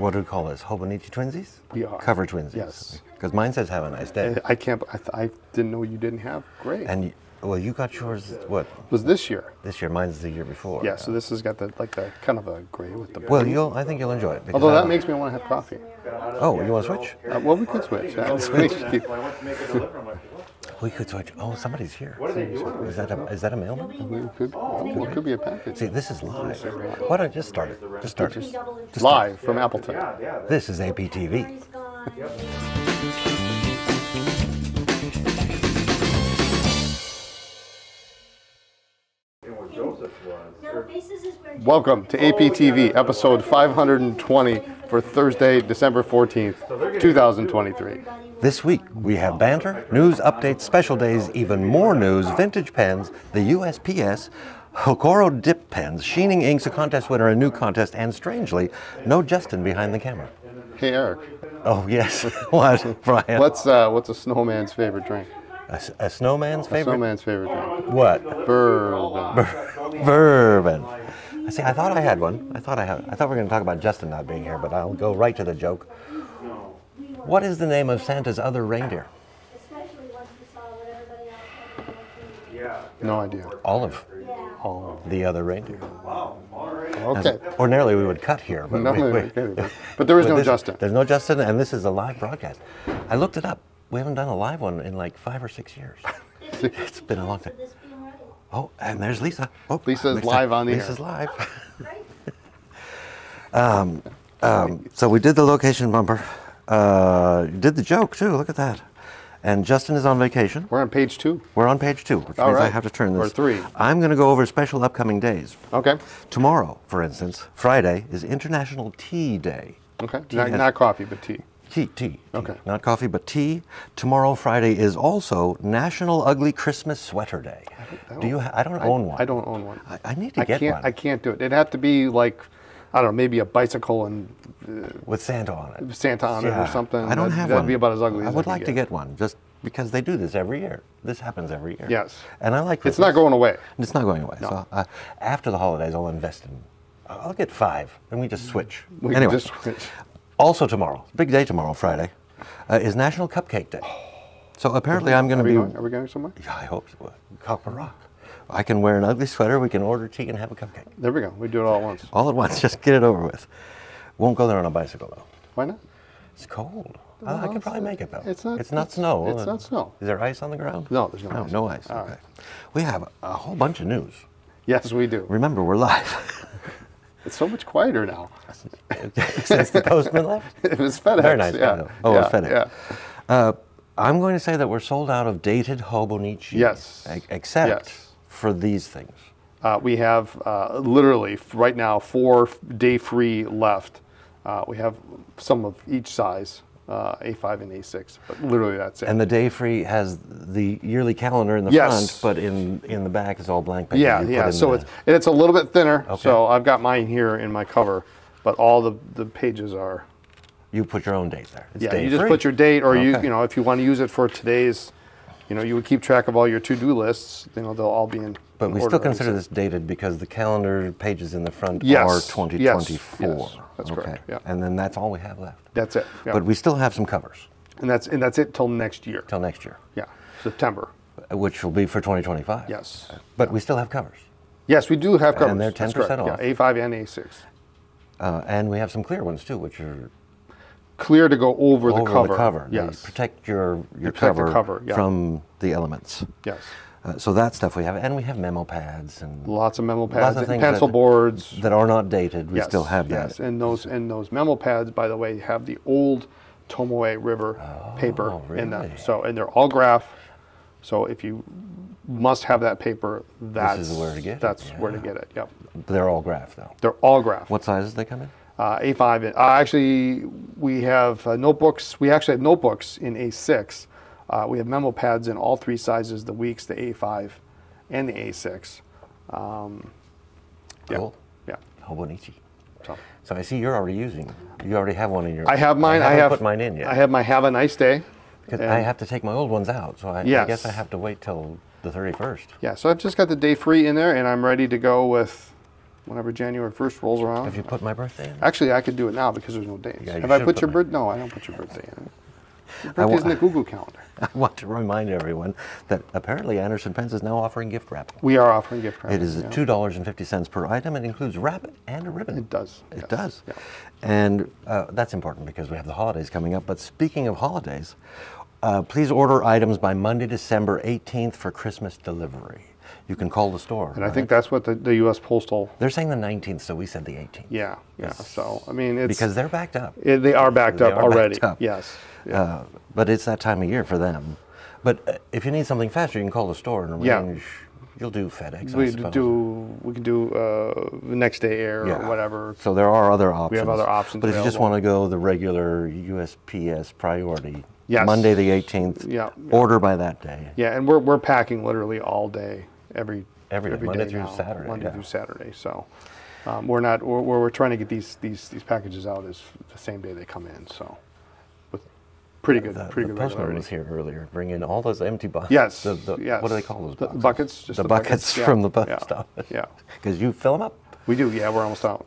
what do we call this? Hobonichi twinsies? We are. Cover twinsies. Yes. Because mine says have a nice day. I can't. I, th- I didn't know you didn't have. Great. And you, well, you got yours what it was this year. this year? Mine's the year before. Oh, Yeah. So this has got the like the kind of a gray with the. Well, blue. you'll. I think you'll enjoy it. because although I- that makes me want to have coffee. Oh, you want to switch? Uh, well, we could switch. Yeah, Well, I went to make a delivery. I'm like, what? We could switch. Oh, somebody's here. What are they doing? Is that a is that a mailman? It could, it could be a package. See, this is live. Why don't just start it? Just start it. Just start Live from Appleton. Yeah, yeah. that- This is APTV. And where Joseph was. Welcome to APTV, episode 520 for Thursday, December 14th, 2023. This week we have banter, news updates, special days, even more news, vintage pens, the USPS, Hokoro dip pens, Sheening Inks, a contest winner, a new contest, and strangely, no Justin behind the camera. Hey, Eric, Oh yes, what, Brian? what's uh, what's a snowman's favorite drink? A, s- a snowman's favorite? Snowman's favorite drink. What? Bourbon. Bourbon. I see. I thought I had one. I thought I had. I thought we were going to talk about Justin not being here, but I'll go right to the joke. What is the name of Santa's other reindeer? Yeah. No idea. Olive, Oh, the other reindeer. okay. Ordinarily we would cut here, but No, we, no, we- no, no, no. but there is but no this- Justin. There's no Justin, and this is a live broadcast. I looked it up. We haven't done a live one in like five or six years. it's been a long time. Oh, and there's Lisa. Oh, Lisa's Lisa- live on the air. Lisa's live. So we did the location bumper. Uh, did the joke too. Look at that. And Justin is on vacation. We're on page two. We're on page two, which All means I right. have to turn this. Or three. Oh. I'm going to go over special upcoming days. Okay. Tomorrow, for instance, Friday is International Tea Day. Okay. Tea Not, has- not coffee, but tea. Tea, tea. tea. Okay. Not coffee, but tea. Tomorrow, Friday, is also National Ugly Christmas Sweater Day. Do you? Ha- I don't own one. I don't own one. I, I need to I get can't. one I can't do it. It'd have to be like, I don't know, maybe a bicycle and uh, with Santa on it. Santa on it or Yeah, something. I don't that'd, have that'd one. be about as ugly. I as would could like to get one just because they do this every year. This happens every year. Yes. And I like. It's not Christmas. going away. It's not going away. So uh, after the holidays, I'll invest in. I'll get five, and we just switch. Mm. We can anyway, just switch. also tomorrow, big day tomorrow, Friday, uh, is National Cupcake Day. Oh. So apparently, I'm going Are to we be. going? Are we going somewhere? Yeah, I hope so. Copper Rock. I can wear an ugly sweater. We can order tea and have a cupcake There we go. We do it all at once. all at once. Just get it over with. Won't go there on a bicycle though. Why not? It's cold. Uh, I could it's- probably make it though. it's not- It's not it's- snow. it's not snow. Is there ice on the ground? No, there's no No, ice. no ice. All okay. right. We have a whole bunch of news. Yes, we do. Remember, we're live. It's so much quieter now. Since the postman left. It was FedEx. Very nice. Yeah. guy, though. Oh, yeah, it's FedEx. Yeah. Uh, I'm going to say that we're sold out of dated Hobonichi. Yes. e- Except Yes. for these things. Uh, we have uh, literally f- right now four f- day free left. Uh, we have some of each size, uh, A5 and A6, but literally that's it. And the day free has the yearly calendar in the Yes. front, but in in the back is all blank. paper. yeah, You put yeah. in So the- it's and it's a little bit thinner. Okay. So I've got mine here in my cover, but all the, the pages are. you put your own date there. It's Yeah, day you just free. put your date, or you Okay. you know if you want to use it for today's, you know you would keep track of all your to do lists. You know they'll all be in. But in we order, still consider obviously. this dated because the calendar pages in the front Yes, are yes, 2024. yes, that's correct, yeah. And then that's all we have left. That's it. Yeah. But we still have some covers and that's and that's it till next year. till next year, Yeah, September. which will be for 2025. Yes. But we still have covers. Yes, we do have covers. they're 10% That's correct. off. Yeah, A5 and A6. Uh, and we have some clear ones too, which are Clear to go over, over the cover. the cover. They Yes. protect your, your Protect the cover, cover, yeah. from the elements. Yes. Uh, so that stuff we have. And we have memo pads and Lots of memo lots pads, of and things pencil that, boards. that are not dated. We yes. still have that. Yes, and those and those memo pads, by the way, have the old Tomoe River paper in them. Oh, really? So and they're all graph. So if you must have that paper, that's is where to get it, That's where to yeah. get it. Yep. They're all graph though. They're all graph. What sizes they come in? uh, A5. and- Uh, actually, we have uh, notebooks. We actually have notebooks in A6. Uh, we have memo pads in all three sizes: the weeks, the A5, and the A6. Yeah. Cool. Yeah. Hobonichi. So So I see you're already using. You already have one in your. I have mine. I, haven't have put mine in yet. I have my Have a Nice Day. 'Cause and- I have to take my old ones out, so I, I guess Yes. I have to wait till the 31st. Yeah. So I've just got the day free in there, and I'm ready to go with whenever January 1st rolls around. Have you put my birthday in? Actually, I could do it now because there's no dates. Yeah, you Have I should put put your my- birth? No, I don't put your birthday in. Your I wa- birthday's in the Google calendar. I want to remind everyone that apparently Anderson Pence is now offering gift wrap. We are offering gift cards. It is yeah. $2.50 per item. It includes wrap and a ribbon. It does, It yes, does. yeah. And uh, that's important because we have the holidays coming up. But speaking of holidays, uh, please order items by Monday, December 18th for Christmas delivery. You can call the store. And I right? think that's what the, the U.S. Postal. they're saying the 19th, so we said the 18th. Yeah, yeah. So I mean, it's Because they're backed up. it, they are backed They up are backed already. up. Yes. Yeah. Uh, but it's that time of year for them. But uh, if you need something faster, you can call the store and Yeah. arrange. You'll do FedEx. I we suppose. do. We can do uh, the next day air Yeah. or whatever. So there are other options. have other options But if you just available. want to go the regular USPS priority, Yes. Monday the 18th, Yeah, yeah. order by that day. Yeah, and we're we're packing literally all day every Every day, Monday through now, Saturday, Monday yeah. through Saturday. So um, we're not we're, we're we're trying to get these these these packages out as the same day they come in. So with pretty good The, pretty Uh, the good postman regularity. was here earlier, bringing in all those empty boxes. Yes, The, the, yes. What do they call those The boxes? buckets, just the, the buckets buckets, yeah, from the post yeah, office. yeah. Because you fill them up. We do. Yeah, we're almost out.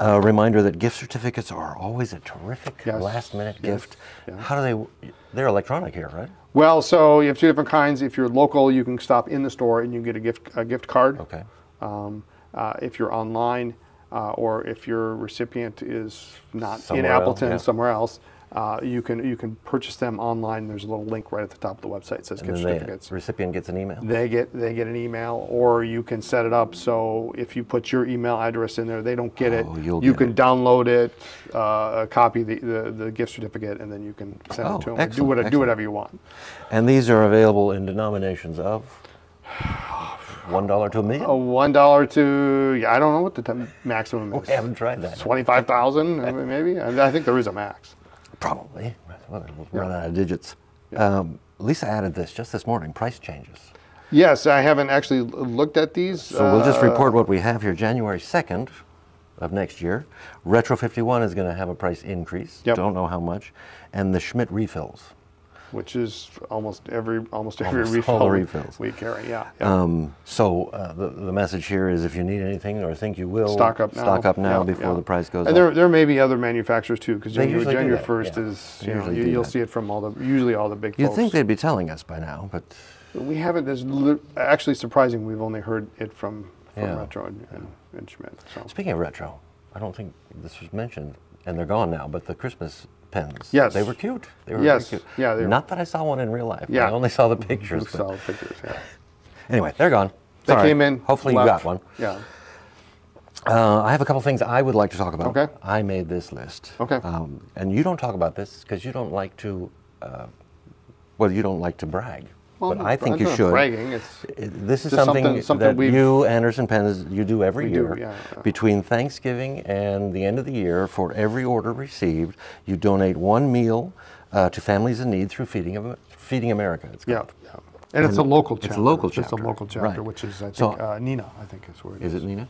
A reminder that gift certificates are always a terrific Yes, last-minute yes, gift. yeah. How do they? w- They're electronic here, right? Well, so you have two different kinds. If you're local, you can stop in the store and you can get a gift a gift card. Okay. Um, uh, if you're online, uh, or if your recipient is not Somewhere in else, Appleton, yeah. somewhere else, uh, you can you can purchase them online. There's a little link right at the top of the website that says And gift then the certificates. recipient gets an email. They get they get an email, or you can set it up so if you put your email address in there, they don't get it. Oh, you'll you get can it. download it, uh, copy the, the, the gift certificate, and then you can send Oh, it to them. Do, excellent, what, do excellent. whatever you want. And these are available in denominations of one dollar to a million. A one dollar to yeah, I don't know what the t- maximum is. we haven't tried that. Twenty-five thousand, maybe. I I think there is a max. Probably. Well, We'll run out of digits. Um, Lisa added this just this morning. Price changes. Yes, I haven't actually l- looked at these. So we'll just uh, report what we have here. January second of next year, Retro 51 is going to have a price increase. Yep. Don't know how much. And the Schmidt refills. which is almost every almost every Almost refill all the refills. we carry. Yeah. yeah. Um, so uh, the, the message here is if you need anything or think you will, stock up now. Stock up now Yeah, before yeah. the price goes and up. there, there may be other manufacturers too, because They January, usually do January that, first yeah. is They you know, usually you, do you'll that. see it from all the usually all the big. You'd folks. think they'd be telling us by now, but we haven't. There's li- actually surprising. We've only heard it from from Yeah. Retro and, and, and Schmidt. So. Speaking of retro, I don't think this was mentioned, and they're gone now. But the Christmas pins, Yes. they were cute. They were Yes, very cute. yeah, they were- Not that I saw one in real life. Yeah. I only saw the pictures. We've but- saw pictures. Yeah. Anyway, they're gone. They Sorry. came in. Hopefully you left. got one. Yeah. Uh, I have a couple things I would like to talk about. Okay. I made this list. Okay. Um, and you don't talk about this because you don't like to. Uh, well, you don't like to brag. Well, but I think I'm you not should. Bragging. It's It- This is Just something, something- something that we've- you, Anderson Penn, is, you do every We do, year. yeah, yeah. Between Thanksgiving and the end of the year, for every order received, you donate one meal uh, to families in need through Feeding, Am- Feeding America. It's yeah. called. yeah. And, it's a local it's a chapter. local It's a chapter, local chapter, right. which is I think So- uh, Nina. I think is where it is. Is it Nina?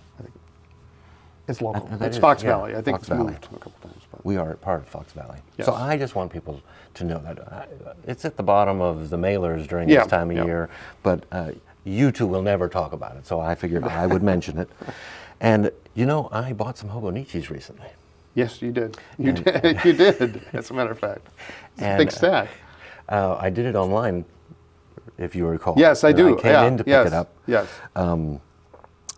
It's local. I- that it's is, Fox yeah, Valley. I think Fox it's Valley. moved a couple times. But. We are part of Fox Valley. Yes. So I just want people to know that uh, it's at the bottom of the mailers during Yeah, this time of yeah. year, but uh, you two will never talk about it, so I figured I would mention it. And you know, I bought some hobonichis recently. Yes, you did. You did. you did. As a matter of fact, it's a And, big uh, stack. Uh, I did it online, if you recall. Yes, I And do. I came yeah. in to pick yes. it up, Yes.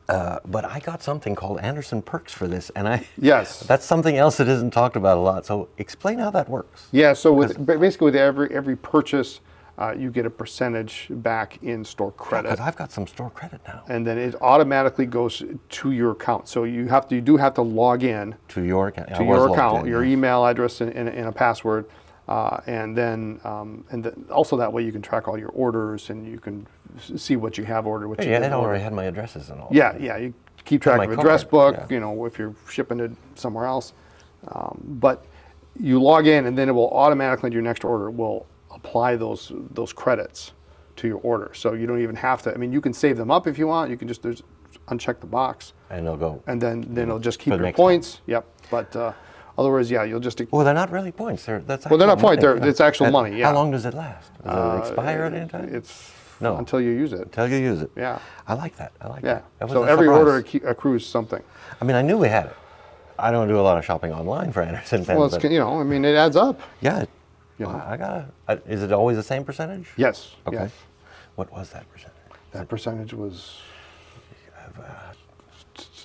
uh, but I got something called Anderson Perks for this, and I yes. that's something else that isn't talked about a lot. So explain how that works. yeah. So with ba- basically with every every purchase, uh, you get a percentage back in store credit. Because I've got some store credit now and then it automatically goes to your account. So you have to you do have to log in to your account. I to was your logged account, in, your yeah. email address, and, and, and a password. Uh, and then, um, and th- also that way you can track all your orders and you can s- see what you have ordered, what you Yeah, it didn't order. already had my addresses and all. Yeah, yeah. You keep track my of address card, book. yeah. You know, if you're shipping it somewhere else, um, but you log in and then it will automatically your next order will apply those those credits to your order. So you don't even have to. I mean, you can save them up if you want. You can just there's uncheck the box and they'll go. and then then it'll just For keep the your next time. points. Yep. But uh, otherwise, yeah, you'll just. well, they're not really points. They're that's. Well, they're not actual points, money, they're- it's actual money, yeah. How long does it last? Does it expire at any time? uh, It's No. until you use it. Until you use it. Yeah. I like that. I like Yeah. that. that was so a every surprise. order accu- accrues something. I mean, I knew we had it. I don't do a lot of shopping online for Anderson pens. Well, it's but you know, I mean, it adds up. yeah, it- You know. I I gotta. I, is it always the same percentage? Yes. Okay. Yes. What was that percentage? That percentage was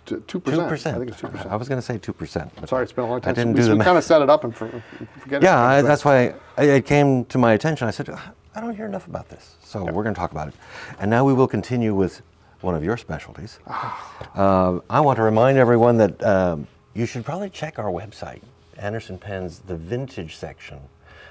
two Two percent. percent. I think it's two I percent. was gonna say two percent. Sorry, it's been a long time. I didn't since do the we, math. kind of set it up and for, forget Yeah, it. I, that's why I, it came to my attention. I said, "Ah, I don't hear enough about this, so we're going to talk about it. And now we will continue with one of your specialties. Ah. Uh, I want to remind everyone that um, you should probably check our website, Anderson Pens, the vintage section.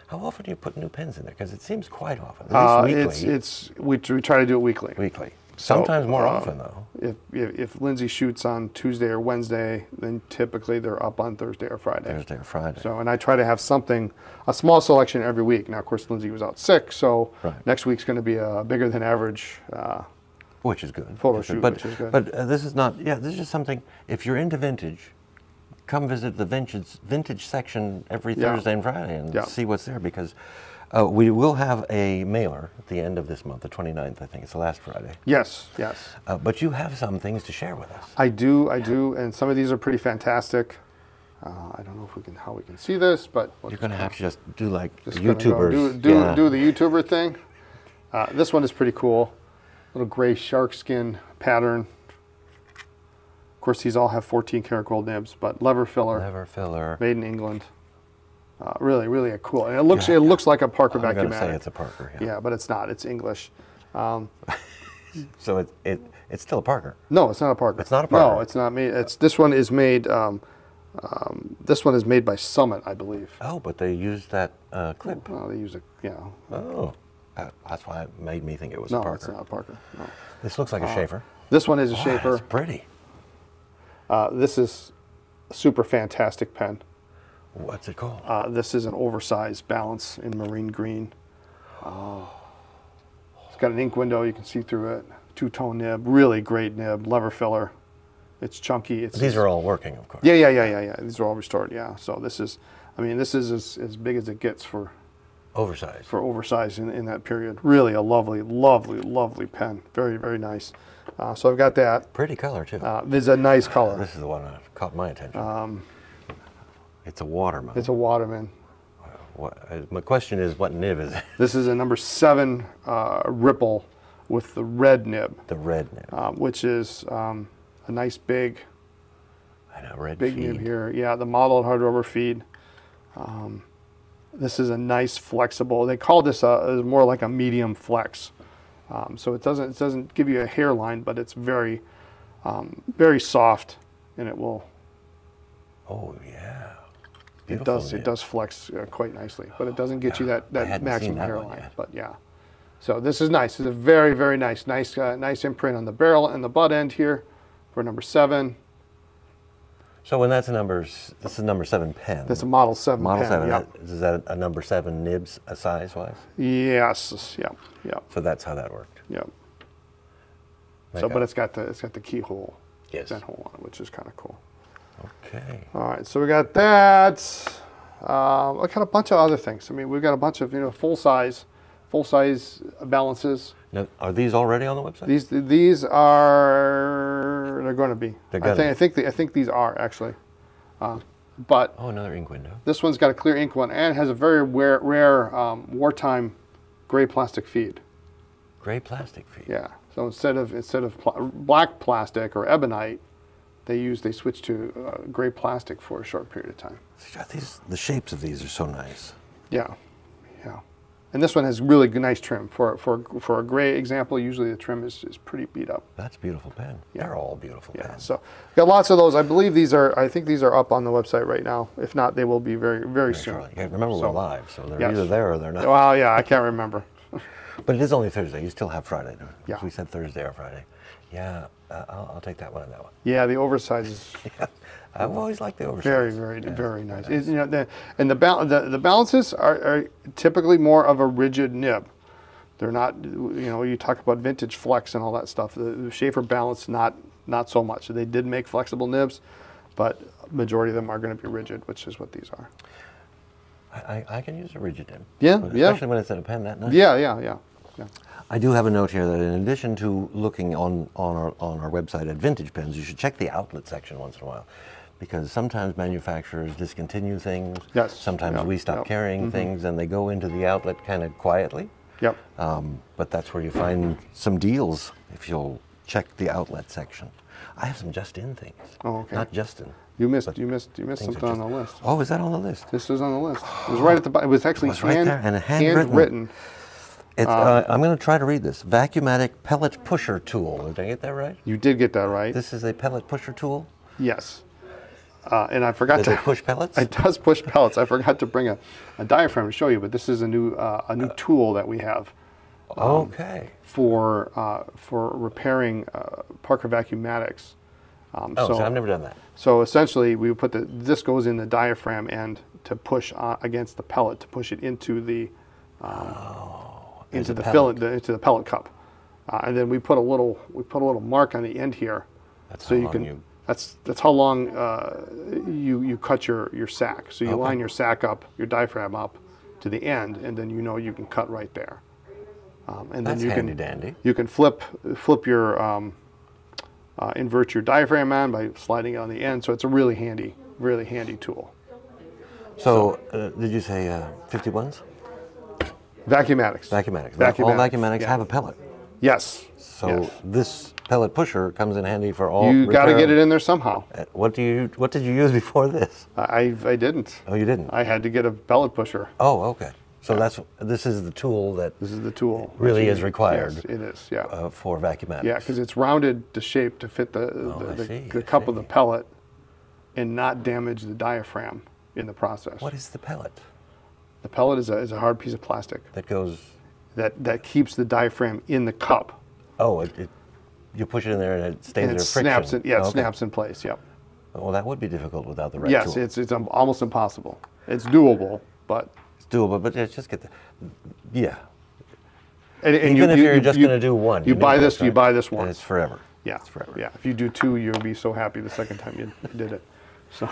How often do you put new pens in there? Because it seems quite often, at Uh, least it's weekly. it's we, we try to do it weekly. weekly. So, Sometimes more uh, often, though. If, if if Lindsay shoots on Tuesday or Wednesday, then typically they're up on Thursday or Friday. Thursday or Friday. So, and I try to have something, a small selection every week. Now, of course, Lindsay was out sick, so Right. next week's going to be a bigger than average. Uh, which is good. Photo Which is- shoot, but, which is good. But uh, this is not. Yeah, this is something. If you're into vintage, come visit the vintage vintage section every Yeah. Thursday and Friday and Yeah. see what's there because uh, we will have a mailer at the end of this month, the 29th, I think it's the last Friday. yes, yes, Uh, but you have some things to share with us. I do, I do, and some of these are pretty fantastic. Uh, I don't know if we can how we can see this, but You're going to have to just do like Just gonna go YouTubers. do, do, yeah. do the YouTuber thing. Uh, this one is pretty cool. Little gray shark skin pattern. Of course, these all have 14 karat gold nibs, but lever filler, Never filler. made in England. Uh, really, really a cool. And it looks it looks like a Parker I'm going vacuum to say adder. it's a Parker. Yeah. yeah, but it's not. It's English. So it, it it's still a Parker. No, it's not a Parker. It's not a No, Parker. it's not made. It's this one is made. Um, um, this one is made by Summit, I believe. Oh, but they used that uh, clip. Well, they use a you know. Oh. Uh, that's why it made me think it was No, a Parker. it's not a Parker. No. This looks like a shaver. This one is Uh, a Wow, shaper. it's pretty. Uh, this is a super fantastic pen. What's it called? Uh, this is an oversized balance in marine green. Oh. It's got an ink window, you can see through it. Two tone nib, really great nib, lever filler. It's chunky. It's These are all working, of course. Yeah, yeah, yeah, yeah, yeah. These are all restored. Yeah. So this is, I mean, this is as, as big as it gets for Oversized. for oversized in, in that period. Really a lovely, lovely, lovely pen. Very, very nice. Uh, so I've got that. Pretty color, too. Uh, this is a nice color. this is the one that caught my attention. it's a watermelon. It's a Waterman. What- uh, my question is, what nib is it? This is a number seven uh, ripple with the red nib, The red nib. um, which is um, a nice big, I know, red big feed. nib here. Yeah, the model hard rubber feed. Um, this is a nice flexible. They call this a, is more like a medium flex. Um, so it doesn't it doesn't give you a hairline, but it's very, um, very soft, and it will Oh, yeah. it Beautiful does it nib. does flex uh, quite nicely, but it doesn't get you that, I that hadn't maximum seen that one hairline. yet. But yeah, so this is nice. It's a very very nice nice uh, nice imprint on the barrel and the butt end here for number seven. So when that's a number, s- this is number seven pen. That's a model seven. model pen, seven. Yeah. that- Is that a number seven nibs, a size wise? Yes. Yeah. Yeah. So that's how that worked. Yeah. Make So, but out. it's got the it's got the keyhole. Yes. That hole on it, which is kind of cool. okay. All right, so we got that. Um, I got a bunch of other things. I mean, we've got a bunch of you know full size, full size balances. Now, are these already on the website? These these are they're going to be. They're I gonna think be. I think the, I think these are actually, uh, but oh, another ink window. this one's got a clear ink one and has a very rare, rare um, wartime gray plastic feed. Gray plastic feed. Yeah. So instead of instead of pl- black plastic or ebonite, they use they switch to uh, gray plastic for a short period of time. God, these the shapes of these are so nice. Yeah, yeah. And this one has really good, nice trim for for for a gray example. Usually the trim is, is pretty beat up. That's a beautiful pen. They're all beautiful Yeah, pens. so got lots of those. I believe these are. I think these are up on the website right now. If not, they will be very, very soon. Surely. Yeah, remember we're So- live, so they're Yes. either there or they're not. Well, yeah, I can't remember. But it is only Thursday. You still have Friday. don't you? Yeah. We said Thursday or Friday. Yeah, uh, I'll, I'll take that one and that one. Yeah, the oversize is I've always liked the oversized. very, very, very nice. It's, you know, the, and the, bal- the the balances are, are typically more of a rigid nib. They're not. You know, you talk about vintage flex and all that stuff. The, the Schaefer balance, not not so much. They did make flexible nibs, but majority of them are going to be rigid, which is what these are. I, I, I can use a rigid nib. Yeah, Especially yeah. when it's in a pen that nice. Yeah, yeah, yeah. Yeah. I do have a note here that in addition to looking on, on, our, on our website at vintage pens, you should check the outlet section once in a while because sometimes manufacturers discontinue things. Yes, Sometimes yeah, we stop yeah. Mm-hmm. carrying things and they go into the outlet kind of quietly. Yep. Um, but that's where you find some deals if you'll check the outlet section. I have some just in things. Oh, okay. Not just in. You missed. You missed. You missed Things are something on just- the list. Oh, is that on the list? This is on the list. It was right at the bottom. It was actually was right hand, there and handwritten. handwritten. It's, uh, I'm going to try to read this. Vacuumatic pellet pusher tool. Did I get that right? You did get that right. This is a pellet pusher tool. yes. Uh, and I forgot Does to it push pellets? It does push pellets. I forgot to bring a, a diaphragm to show you, but this is a new uh, a new tool that we have Oh, okay. for uh, for repairing uh, Parker vacuumatics. Um, Oh, so, I've never done that. So essentially, we put the this goes in the diaphragm end to push uh, against the pellet to push it into the um, into a the Oh, pellet. fillet the, into the pellet cup, uh, and then we put a little we put a little mark on the end here, That's so how you long can. you- That's that's how long uh, you you cut your your sack. So you line your sack up, your diaphragm up, to the end, and then you know you can cut right there. Um, and That's then you handy can dandy. you can flip flip your um, uh, invert your diaphragm on by sliding it on the end. So it's a really handy, really handy tool. So, uh, did you say uh, 51s? Vacuumatics. Vacuumatics. Va- All vacuumatics yeah. have a pellet. Yes. So Yes. this pellet pusher comes in handy for all. You got to repair- get it in there somehow. Uh, What do you? What did you use before this? I I didn't. Oh, you didn't. I had to get a pellet pusher. oh, okay. So that's this is the tool that This is the tool. Really that you is need. required. Yes, it is. Yeah. uh, for vacuumatics. yeah, because it's rounded to shape to fit the Oh, I the, the, see, I the cup of see. the pellet, and not damage the diaphragm in the process. What is the pellet the pellet is a is a hard piece of plastic that goes? that that keeps the diaphragm in the cup. Oh, it, it, you push it in there and it stays and there. it snaps friction. Oh, it. Yeah, it Okay. snaps in place. Yep. Well, that would be difficult without the right yes, tool. it's it's um, almost impossible. It's doable, but It's doable, but yeah, just get the, yeah. and, Even and you, if you, you're you- just you- going to do one, You, need buy this. You right? buy this And once. It's forever. yeah, it's forever. Yeah. If you do two, you'll be so happy the second time you did it. So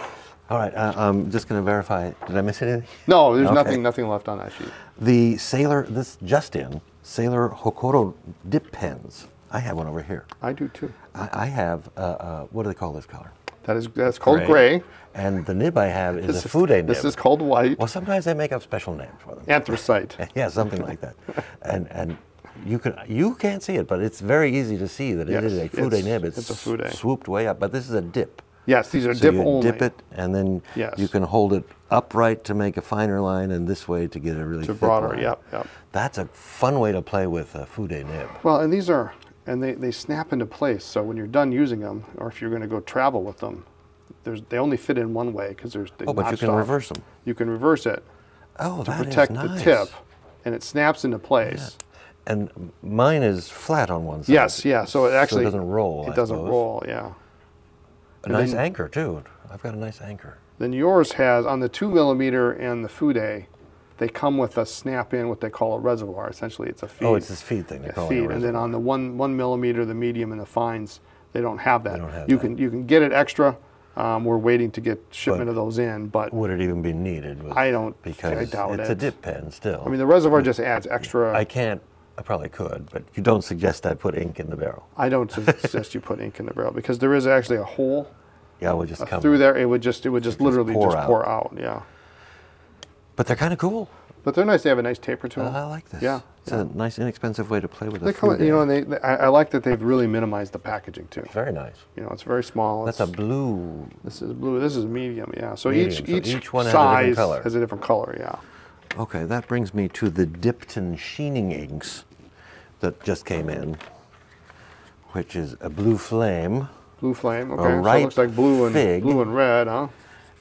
All right, uh, I'm just going to verify. Did I miss anything? no, there's Okay. nothing nothing left on that sheet. The Sailor, this just in, Sailor Hokoro dip pens. I have one over here. I do too. I, I have, uh, uh, what do they call this color? That is that's called gray. And the nib I have is This a Fude nib. This is called white. well, sometimes they make up special names for them. Anthracite. yeah, something like that. And and you can you can't see it, but it's very easy to see that it Yes, is a fude it's- nib. it's a fude. swooped way up, but this is a dip. Yes, these are So dip you only. dip it, and then Yes. you can hold it upright to make a finer line, and this way to get a really To thick broader, line. yep, yep. That's a fun way to play with a fude nib. Well, and these are, and they, they snap into place. So when you're done using them, or if you're going to go travel with them, there's they only fit in one way because there's they Oh, but you notched can off. reverse them. You can reverse it Oh, to that is protect nice. the tip, and it snaps into place. And mine is flat on one side. Yes, yeah. So it actually doesn't roll. It I doesn't suppose. roll. Yeah. A nice then- anchor too. I've got a nice anchor. Then yours has on the two millimeter and the Fude, they come with a snap in what they call a reservoir. Essentially, it's a feed. Oh, it's this feed thing. They a call feed, it. a and then on the one one millimeter, the medium and the fines, they don't have that. don't have you that. can you can get it extra. Um, we're waiting to get shipment of those in, but would it even be needed? With, I don't- because I doubt it's a it. dip pen still. I mean the reservoir just adds extra. I I, can't. I probably could, but you don't suggest I put ink in the barrel. don't suggest you put ink in the barrel because there is actually a hole Yeah, we'll just come through there. It would just it would just literally pour just out. pour out. Yeah, But they're kind of cool. but they're nice. They have a nice taper to I- them. I like this. Yeah, it's a nice, inexpensive way to play with. a they come. food You know, ad. and they, they- I, I like that they've really minimized the packaging too. very nice. You know, it's very small. That's a It's- blue. this is blue. This is medium. Yeah. So each Medium, each, so each one has a different size color. has a different color. Yeah. Okay, that brings me to the Dipton sheening inks that just came in, which is a blue flame Blue flame. Okay, so ripe it looks like blue and fig. blue and red, huh?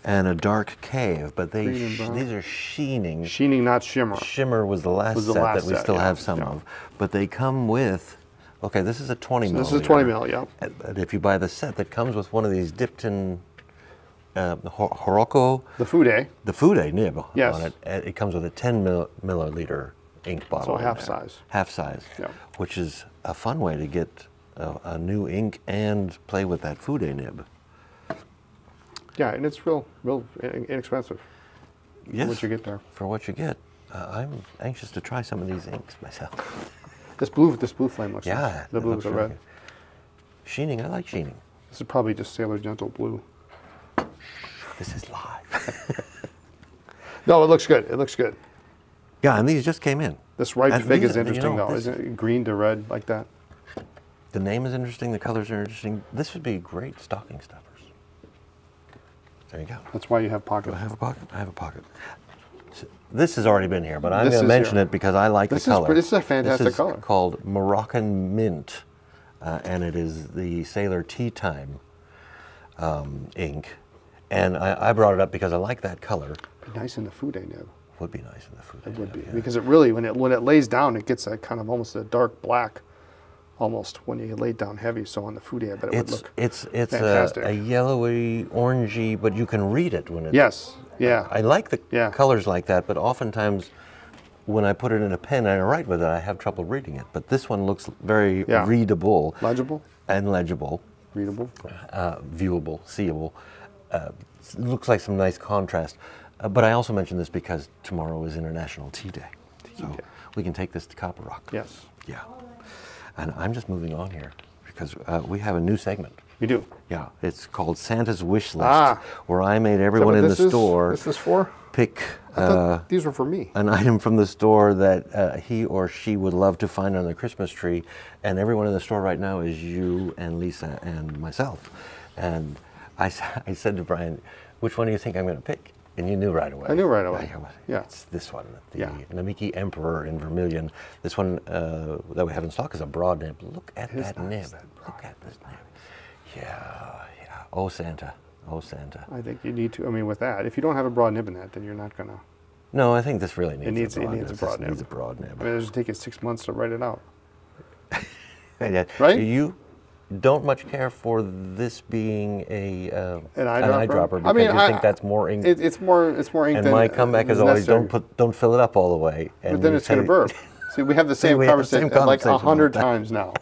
and a dark cave. But Green they and sh- brown. these are sheening. Sheening, not shimmer. Shimmer was the last Was the set last that we set, still yeah, have some yeah. of, but they come with. Okay, this is a 20 mil. This is 20 mil. Yeah. But if you buy the set that comes with one of these Dipton uh, Ho- Horoko, The eh? Fude, the Fude nib Yes. on it, uh, it comes with a 10 mil- milliliter ink bottle. in half there. size. Half size, Yeah. which is a fun way to get a, a new ink and play with that Fude nib. yeah, and it's real, real in- inexpensive. Yes. What you get there. For what you get. Uh, I'm anxious to try some of these inks myself. This blue, this blue flame looks Yeah, nice. it The blue looks with the really red. good. Sheening, I like sheening. This is probably just Sailor Gentle blue. This is live. No, it looks good. It looks good. yeah, and these just came in. This ripe And fig these is are- you interesting know, though, this- isn't it? Green to red like that. The name is interesting. The colors are interesting. This would be great stocking stuffers. There you go. That's why you have Do pocket. I have a pocket? I have a pocket. S- This has already been here, but I'm This going to is mention here. it because I like This is the color. pre- this is a fantastic This is color. called Moroccan Mint, uh, and it is the Sailor Tea Time um, ink. And I, I brought it up because I like that color. Be nice in the food, I know. Would be nice in the food. It would be yeah. because it really when it when it lays down, it gets that kind of almost a dark black, almost when you lay it down heavy. So on the food ad, but it would It's look. it's it's a, fantastic. a yellowy, orangey, but you can read it when it. yes. Yeah. I like the Yeah. colors like that, but oftentimes when I put it in a pen and I write with it, I have trouble reading it. But this one looks very Yeah. readable Legible, and legible, readable. uh, viewable, seeable. Uh, s- looks like some nice contrast. Uh, but I also mention this because tomorrow is International Tea Day. So we can take this to Copper Rock. Yes, Yeah. And I'm just moving on here because uh, we have a new segment. you do. Yeah, it's called Santa's Wish List, Ah. where I made Is that everyone what in the this is? store This is for. pick I thought uh, these were for me. an item from the store that uh, he or she would love to find on their Christmas tree, and everyone in the store right now is you and Lisa and myself. And I, s- I said to Brian, "Which one do you think I'm going to pick?" And you knew right away. I knew right away. I- I- Yeah. It's this one, the Yeah. Namiki Emperor in Vermilion. This one uh, that we have in stock is a broad nib. Look at is that nib. nice, that Look at this nib. Yeah, yeah. Oh Santa, oh Santa. I think you need to. I mean, with that, if you don't have a broad nib in that, then you're not gonna. No, I think this really needs. needs- a it broad needs nib. a This broad nib. Needs a broad nib. I mean, it should take you six months to write it out. Yeah. Right? You don't much care for this being a uh, An eyedropper. eyedropper because I mean, you I- think that's more ink. It, it's more. It's more ink and than. my comeback is always necessary. don't put don't fill it up all the way. And But then you it's going say- to burp. See, we have the same we have the same conversation like conversation a hundred about that. times now.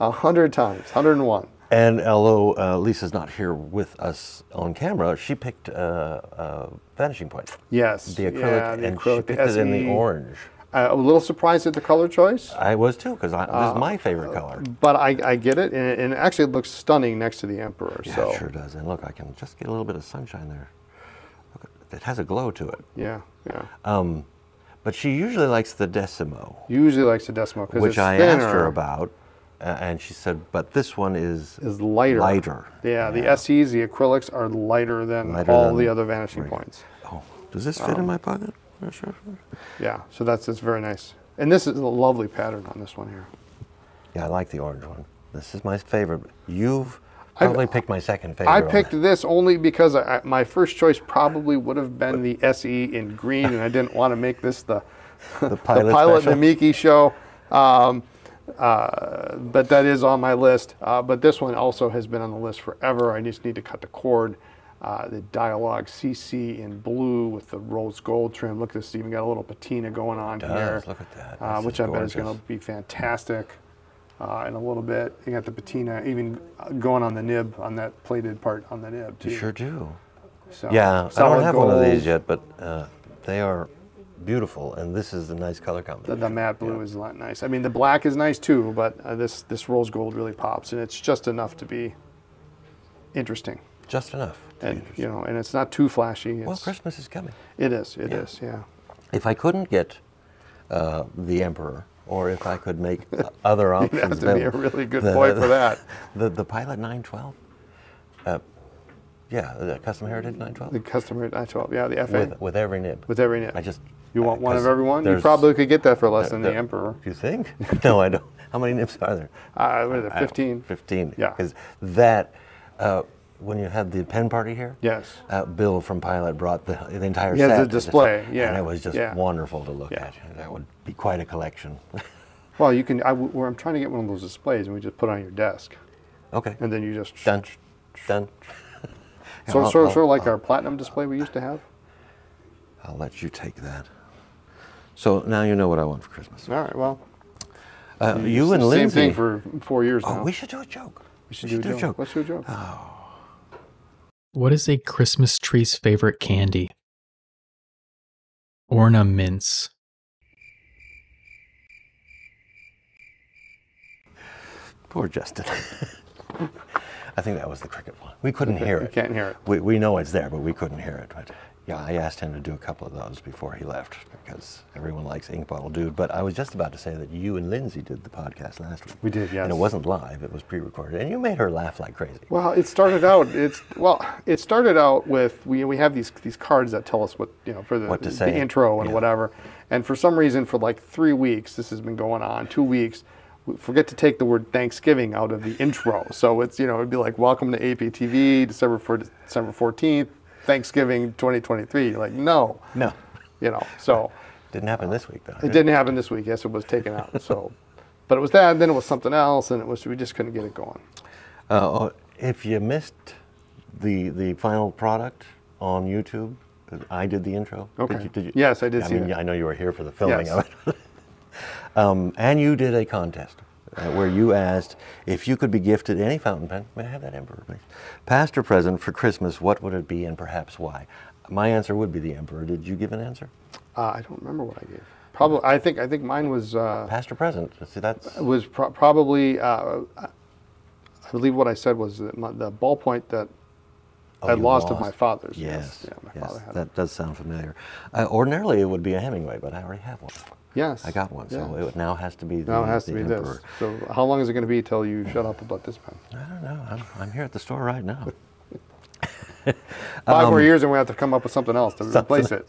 A hundred times, hundred and one. And although uh, Lisa's not here with us on camera, she picked uh, uh, Vanishing Point, Yes. the acrylic, yeah, the and she acrylic, E. the picked it in the SE. orange. I- I'm a little surprised at the color choice, I was too because this is Uh, my favorite color. but I, I get it, and, it- and it actually looks stunning next to the emperor. Yeah, so it sure does. And look, I can just get a little bit of sunshine there. Look, it has a glow to it. yeah, yeah. Um, but she usually likes the Decimo. Usually likes the decimal because which it's I thinner, asked her about, uh, and she said, "But this one is Is lighter. Lighter. Yeah, the SEs, the acrylics are lighter than Lighter all than the other vanishing points. Oh, does this fit in my pocket? Not sure. Yeah, so that's it's very nice, and this is a lovely pattern on this one here. Yeah, I like the orange one. This is my favorite. You've I've- probably picked my second favorite. I on picked that. this only because I, I- my first choice probably would have been the SE in green, and I didn't want to make this the the pilot pilot special. Namiki show. Um, uh, but that is on my list. Uh, but this one also has been on the list forever. I just need to cut the cord. Uh, the dialogue CC in blue with the rose gold trim. Look, this even got a little patina going on here, does. Look at that. uh, This is which I bet is going gorgeous. to be fantastic uh, in a little bit. You got the patina even uh, going on the nib on that plated part on the nib too. You sure do. So, Yeah, I solid don't have one of these gold. yet, but uh, they are beautiful, and this is a nice color combination. The, the matte blue is a lot nice. I mean, the black is nice too, but uh, this this rose gold really pops, and it's just enough to be interesting. Just enough. And you know, and it's not too flashy. It's, Well, Christmas is coming. it is. It is, yeah. If I couldn't get uh, the Emperor, or if I could make o- other options, have to be a available- really good boy for that. The the Pilot 912. Uh, yeah, the Custom Heritage 912. The custom I twelve, yeah, the FA with with, with every nib. every nib. I just you want one of because everyone. You there's- probably could get that for less than there- the emperor. You think? no, I don't. How many nibs are there? Uh, what is it, I don't- fifteen? Fifteen. Yeah. Because that. Uh, when you had the pen party here, Yes. uh, Bill from Pilot brought the, the entire Yeah, the set. display, and yeah, it was just yeah. wonderful to look Yeah. at. That would be quite a collection. Well, you can. I, w- well, I'm trying to get one of those displays, and we just put it on your desk, okay, and then you just done, done. Yeah, Sort, I'll- sort, I'll- sort of like our platinum display we used to have. I'll let you take that. So now you know what I want for Christmas. All right, well, Uh, you and same Lindsay. thing for four years oh, now. we should do a joke. We should do, a joke. Let's do a joke. What is a Christmas tree's favorite candy? Ornaments. Poor Justin. I think that was the cricket one. We couldn't hear it. can't hear it. We, we know it's there, but we couldn't hear it. But yeah, I asked him to do a couple of those before he left because everyone likes Ink Bottle Dude. But I was just about to say that you and Lindsay did the podcast last week. We did, And yes. it wasn't live; it was pre-recorded, and you made her laugh like crazy. Well, it started out. It's well, it started out with we we have these these cards that tell us what you know for the, What to the say. intro and Yeah. whatever. And for some reason, for like three weeks, this has been going on. Two weeks, we forget to take the word Thanksgiving out of the intro. So it's you know it'd be like Welcome to APTV, December for December fourteenth, Thanksgiving 2023. You're like no, No, you know. So didn't happen this week though. it didn't happen this week. Yes, it was taken out. So, but it was that. And then it was something else, and it was we just couldn't get it going. Uh, oh, if you missed the the final product on YouTube, I did the intro. Okay. Did you, did you- Yes, I did I see mean, that. I know you were here for the filming Yes. of it. um, and you did a contest uh, where you asked if you could be gifted any fountain pen. May I have that emperor, please? Past or present for Christmas, what would it be and perhaps why? My answer would be the emperor. Did you give an answer? Uh, I don't remember what I gave. Probably, I think I think mine was uh, Past or present? See, that's was pro- probably. Uh, I believe what I said was that my, the ballpoint that Oh, I you lost, of my father's. Yes, yeah, my yes, father had. it. that does sound familiar. Uh, ordinarily, it would be a Hemingway, but I already have one. Yes, I got one, so yes. it now has to be the, now it has to the be emperor. Um, this. So how long is it going to be till you shut up about this pen? I don't know. I'm, I'm here at the store right now. Five more years, and we have to come up with something else to replace it.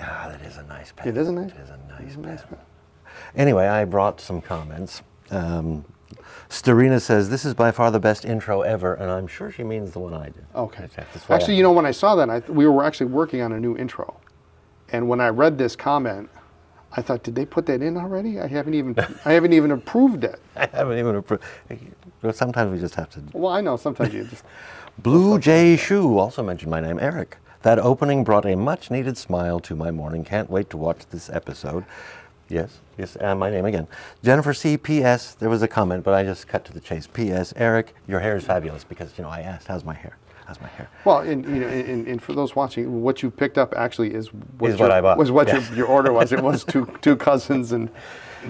ah, that is a nice pen. It is a nice. It is a nice it's pen. pen. Anyway, I brought some comments. Um, Starina says, This is by far the best intro ever, and I'm sure she means the one I did. Okay. That's why Actually, I- you know, when I saw that, I, we were actually working on a new intro. And when I read this comment, I thought, did they put that in already? I haven't even, I haven't even approved it. I haven't even approved. Sometimes we just have to Well, I know sometimes you just, Blue Jay Shu also mentioned my name, Eric. That opening brought a much needed smile to my morning. Can't wait to watch this episode. Yes, yes, and my name again. Jennifer C. P.S. There was a comment, but I just cut to the chase. P.S. Eric, your hair is fabulous because, you know, I asked, how's my hair? How's my hair? well, and, you know, and, and for those watching, what you picked up actually is what, Is what your- I bought. was what Yeah. your, your order was. It was two, two cousins and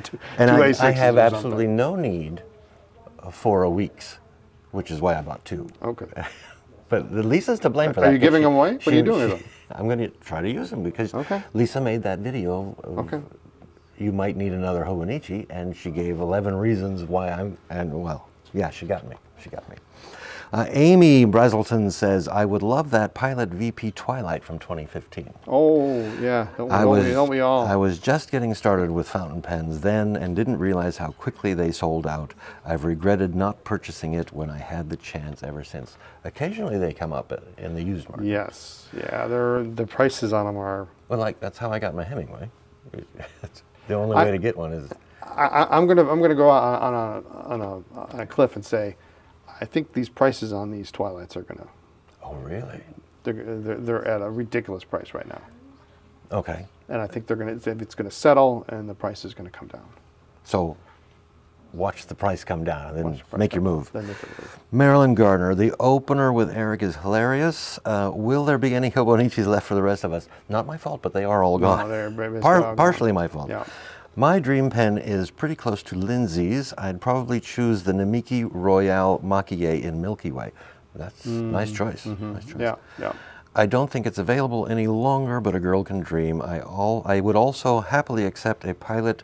two, And two I, A6s I have or absolutely something. no need for a week's, which is why I bought two. Okay. But the- Lisa's to blame for Are that. you but giving she- them away? What are she- you doing with she- I'm going to try to use them because Okay. Lisa made that video. Of Okay. You might need another Hobonichi, and she gave 11 reasons why I'm. And well, yeah, she got me. She got me. Uh, Amy Brazelton says, "I would love that pilot VP Twilight from 2015." Oh, yeah. Don't, we- don't, we, don't we all? I was just getting started with fountain pens then and didn't realize how quickly they sold out. I've regretted not purchasing it when I had the chance ever since. Occasionally they come up in the used market. yes. Yeah. They're, the prices on them are Well, like that's how I got my Hemingway. It's the only I- way to get one is I, I- I'm gonna I'm gonna go out on on a, on a on a cliff and say, I think these prices on these Twilights are gonna oh really? they're they're, they're at a ridiculous price right now, Okay, and I think they're gonna it's gonna settle and the price is gonna come down. so watch the price come down and Watch then the price make your come- move. Then make your move. Marilyn Gardner, the opener with Eric is hilarious. Uh, will there be any Hobonichis left for the rest of us? Not my fault, but they are all gone. they're- they're all gone. partially my fault. Yeah. My dream pen is pretty close to Lindsay's. I'd probably choose the Namiki Royale Makie in Milky Way. That's nice choice. Nice choice. Mm, mm-hmm. Yeah, yeah. I don't think it's available any longer, but a girl can dream. I all I would also happily accept a pilot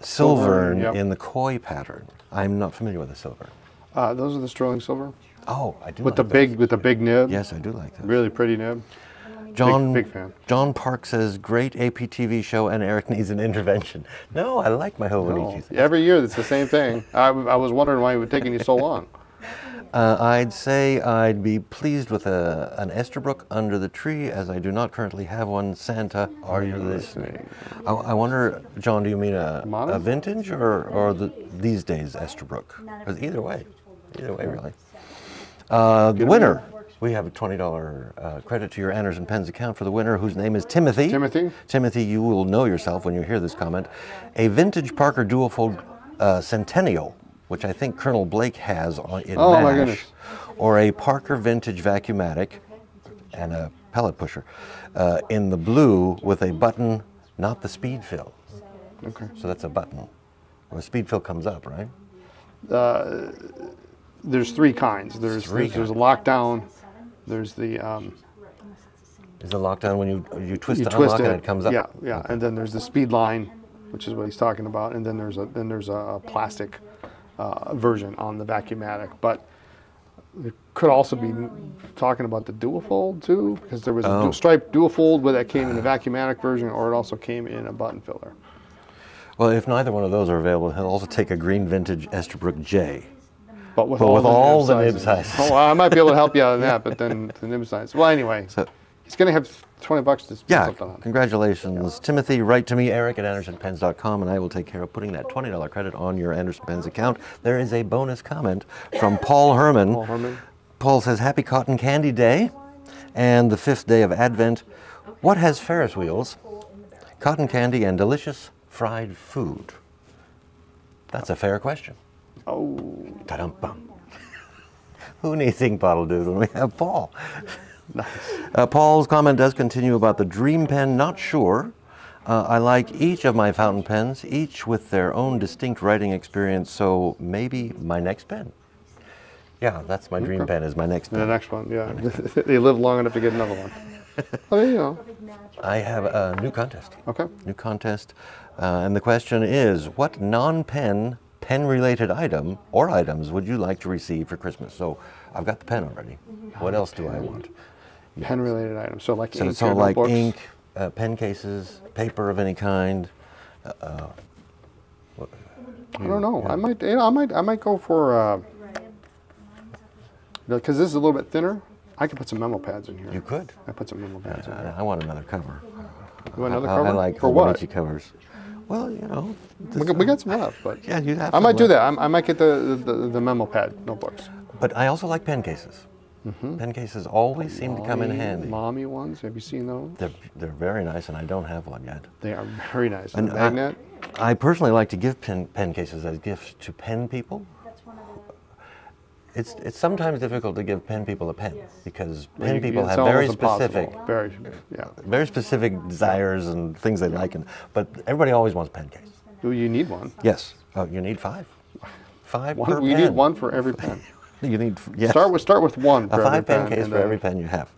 silvern yep. in the koi pattern. I'm not familiar with the silver. Uh, those are the sterling silver Oh, I do. with like the those. big with the big nib. Yes, I do like that. Really pretty nib. John big fan. John Park says great APTV show, and Eric needs an intervention. No, I like my Hobonichis. Oh, Every year it's the same thing. I, I was wondering why it was taking you so long. Uh, I'd say I'd be pleased with a, an Esterbrook under the tree, as I do not currently have one. Santa, are you listening? I, I wonder, John, do you mean a, a Modern? vintage or, or the, these days Esterbrook? 'Cause either way, either way, really. Uh, the winner, we have a $20 uh, credit to your Anderson Pens account for the winner, whose name is Timothy. Timothy? Timothy, you will know yourself when you hear this comment. A vintage Parker Duofold uh, Centennial, which I think Colonel Blake has on, in Oh, my Mash, goodness. or a Parker Vintage Vacuumatic and a pellet pusher uh, in the blue with a button, not the speed fill. Okay. So that's a button. Well, speed fill comes up, right? Uh, there's three kinds. There's Three there's, there's a kinds. lockdown. There's the um, Is the lockdown when you you twist you to twist unlock it. and it comes up? Yeah, yeah. And then there's the speed line, which is what he's talking about. And then there's a then there's a plastic uh, version on the Vacuumatic, but it could also be talking about the dual fold too, because there was a Oh. du- striped dual fold where that came in the Vacuumatic version, or it also came in a button filler. Well, if neither one of those are available, he'll also take a green vintage Esterbrook J. But with But all with the all nib the nib sizes. sizes. Oh, I might be able to help you out on that, but then the nib size. Well, anyway, he's gonna have twenty bucks to spend Yeah, something on. congratulations, Timothy. Write to me, Eric at AndersonPens.com, and I will take care of putting that twenty dollar credit on your Anderson Pens account. There is a bonus comment from Paul Herman. Paul Herman. Paul says, "Happy Cotton Candy Day, and the fifth day of Advent. What has Ferris wheels? Cotton candy and delicious fried food. That's a fair question. Oh, ta-dum-bum. Who needs ink bottle dude when we have Paul? Uh, Paul's comment does continue about the dream pen, not sure. Uh, I like each of my fountain pens, each with their own distinct writing experience, so maybe my next pen. Yeah, that's my dream pen, is my next And the pen. next one, yeah, they live long enough to get another one. I mean, you know, I have a new contest. okay. New contest. Uh, and the question is what non pen, pen related item or items would you like to receive for Christmas? So I've got the pen already. What else do I want? Pen related items. So like So ink, it's all your like notebooks. ink, uh, pen cases, paper of any kind. I don't know. I might, you know, I might, I might go for uh, because this is a little bit thinner. I could put some memo pads in here. You could. I put some memo pads in I, here. I want another cover. You want another I, cover I like for what? Hobonichi covers. Well, you know, We this- got, we got some left, but yeah, you have. I to might do look. that. I'm- I, might get the, the the memo pad notebooks. But I also like pen cases. Mm-hmm. Pen cases always seem to come in Mommy- handy. Mommy ones. Have you seen those? They're they're very nice, and I don't have one yet. They are very nice. And And uh, I- magnet. I personally like to give pen, pen cases as gifts to pen people. It's, it's sometimes difficult to give pen people a pen because pen You- people it's have very almost impossible. specific Very, yeah. very specific desires and things they like, and but everybody always wants pen case. You- You need one. Yes. Oh, you need five. Five per One, we pen. need one for every pen. You need yes. Start with start with one. a for every five pen, case and for then- every pen you have.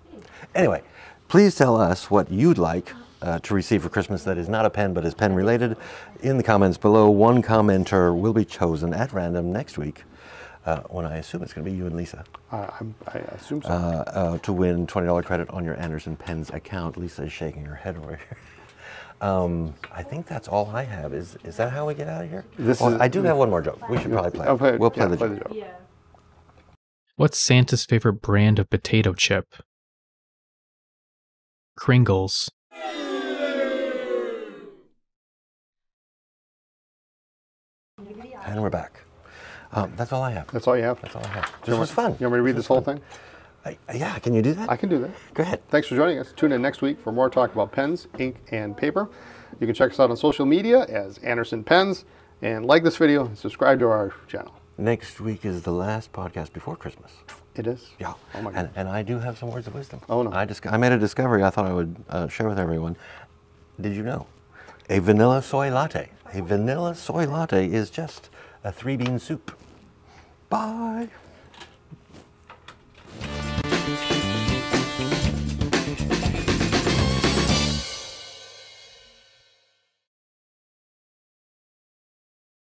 Anyway, please tell us what you'd like uh, to receive for Christmas that is not a pen but is pen related in the comments below. One commenter will be chosen at random next week. Uh, when I assume it's going to be you and Lisa I, I'm- I assume so. uh, uh, to win twenty dollar credit on your Anderson Pens account. Lisa is shaking her head over here. Um, I think that's all I have. Is is that how we get out of here? This Oh, is- I do have one more joke. We should probably play. it. I'll we'll play yeah, the joke. Yeah. What's Santa's favorite brand of potato chip? Kringles. And we're back. Um, that's all I have. That's all you have. That's all I have. You This was want- fun. You want me to read this whole thing? I, yeah, can you do that? I can do that. Go ahead. Thanks for joining us. Tune in next week for more talk about pens, ink, and paper. You can check us out on social media as Anderson Pens and like this video and subscribe to our channel. Next week is the last podcast before Christmas. It is. Yeah. Oh my and, God. and I do have some words of wisdom. Oh, no. I, disco- I made a discovery I thought I would uh, share with everyone. Did you know? A vanilla soy latte. A vanilla soy latte is just a three bean soup. Bye.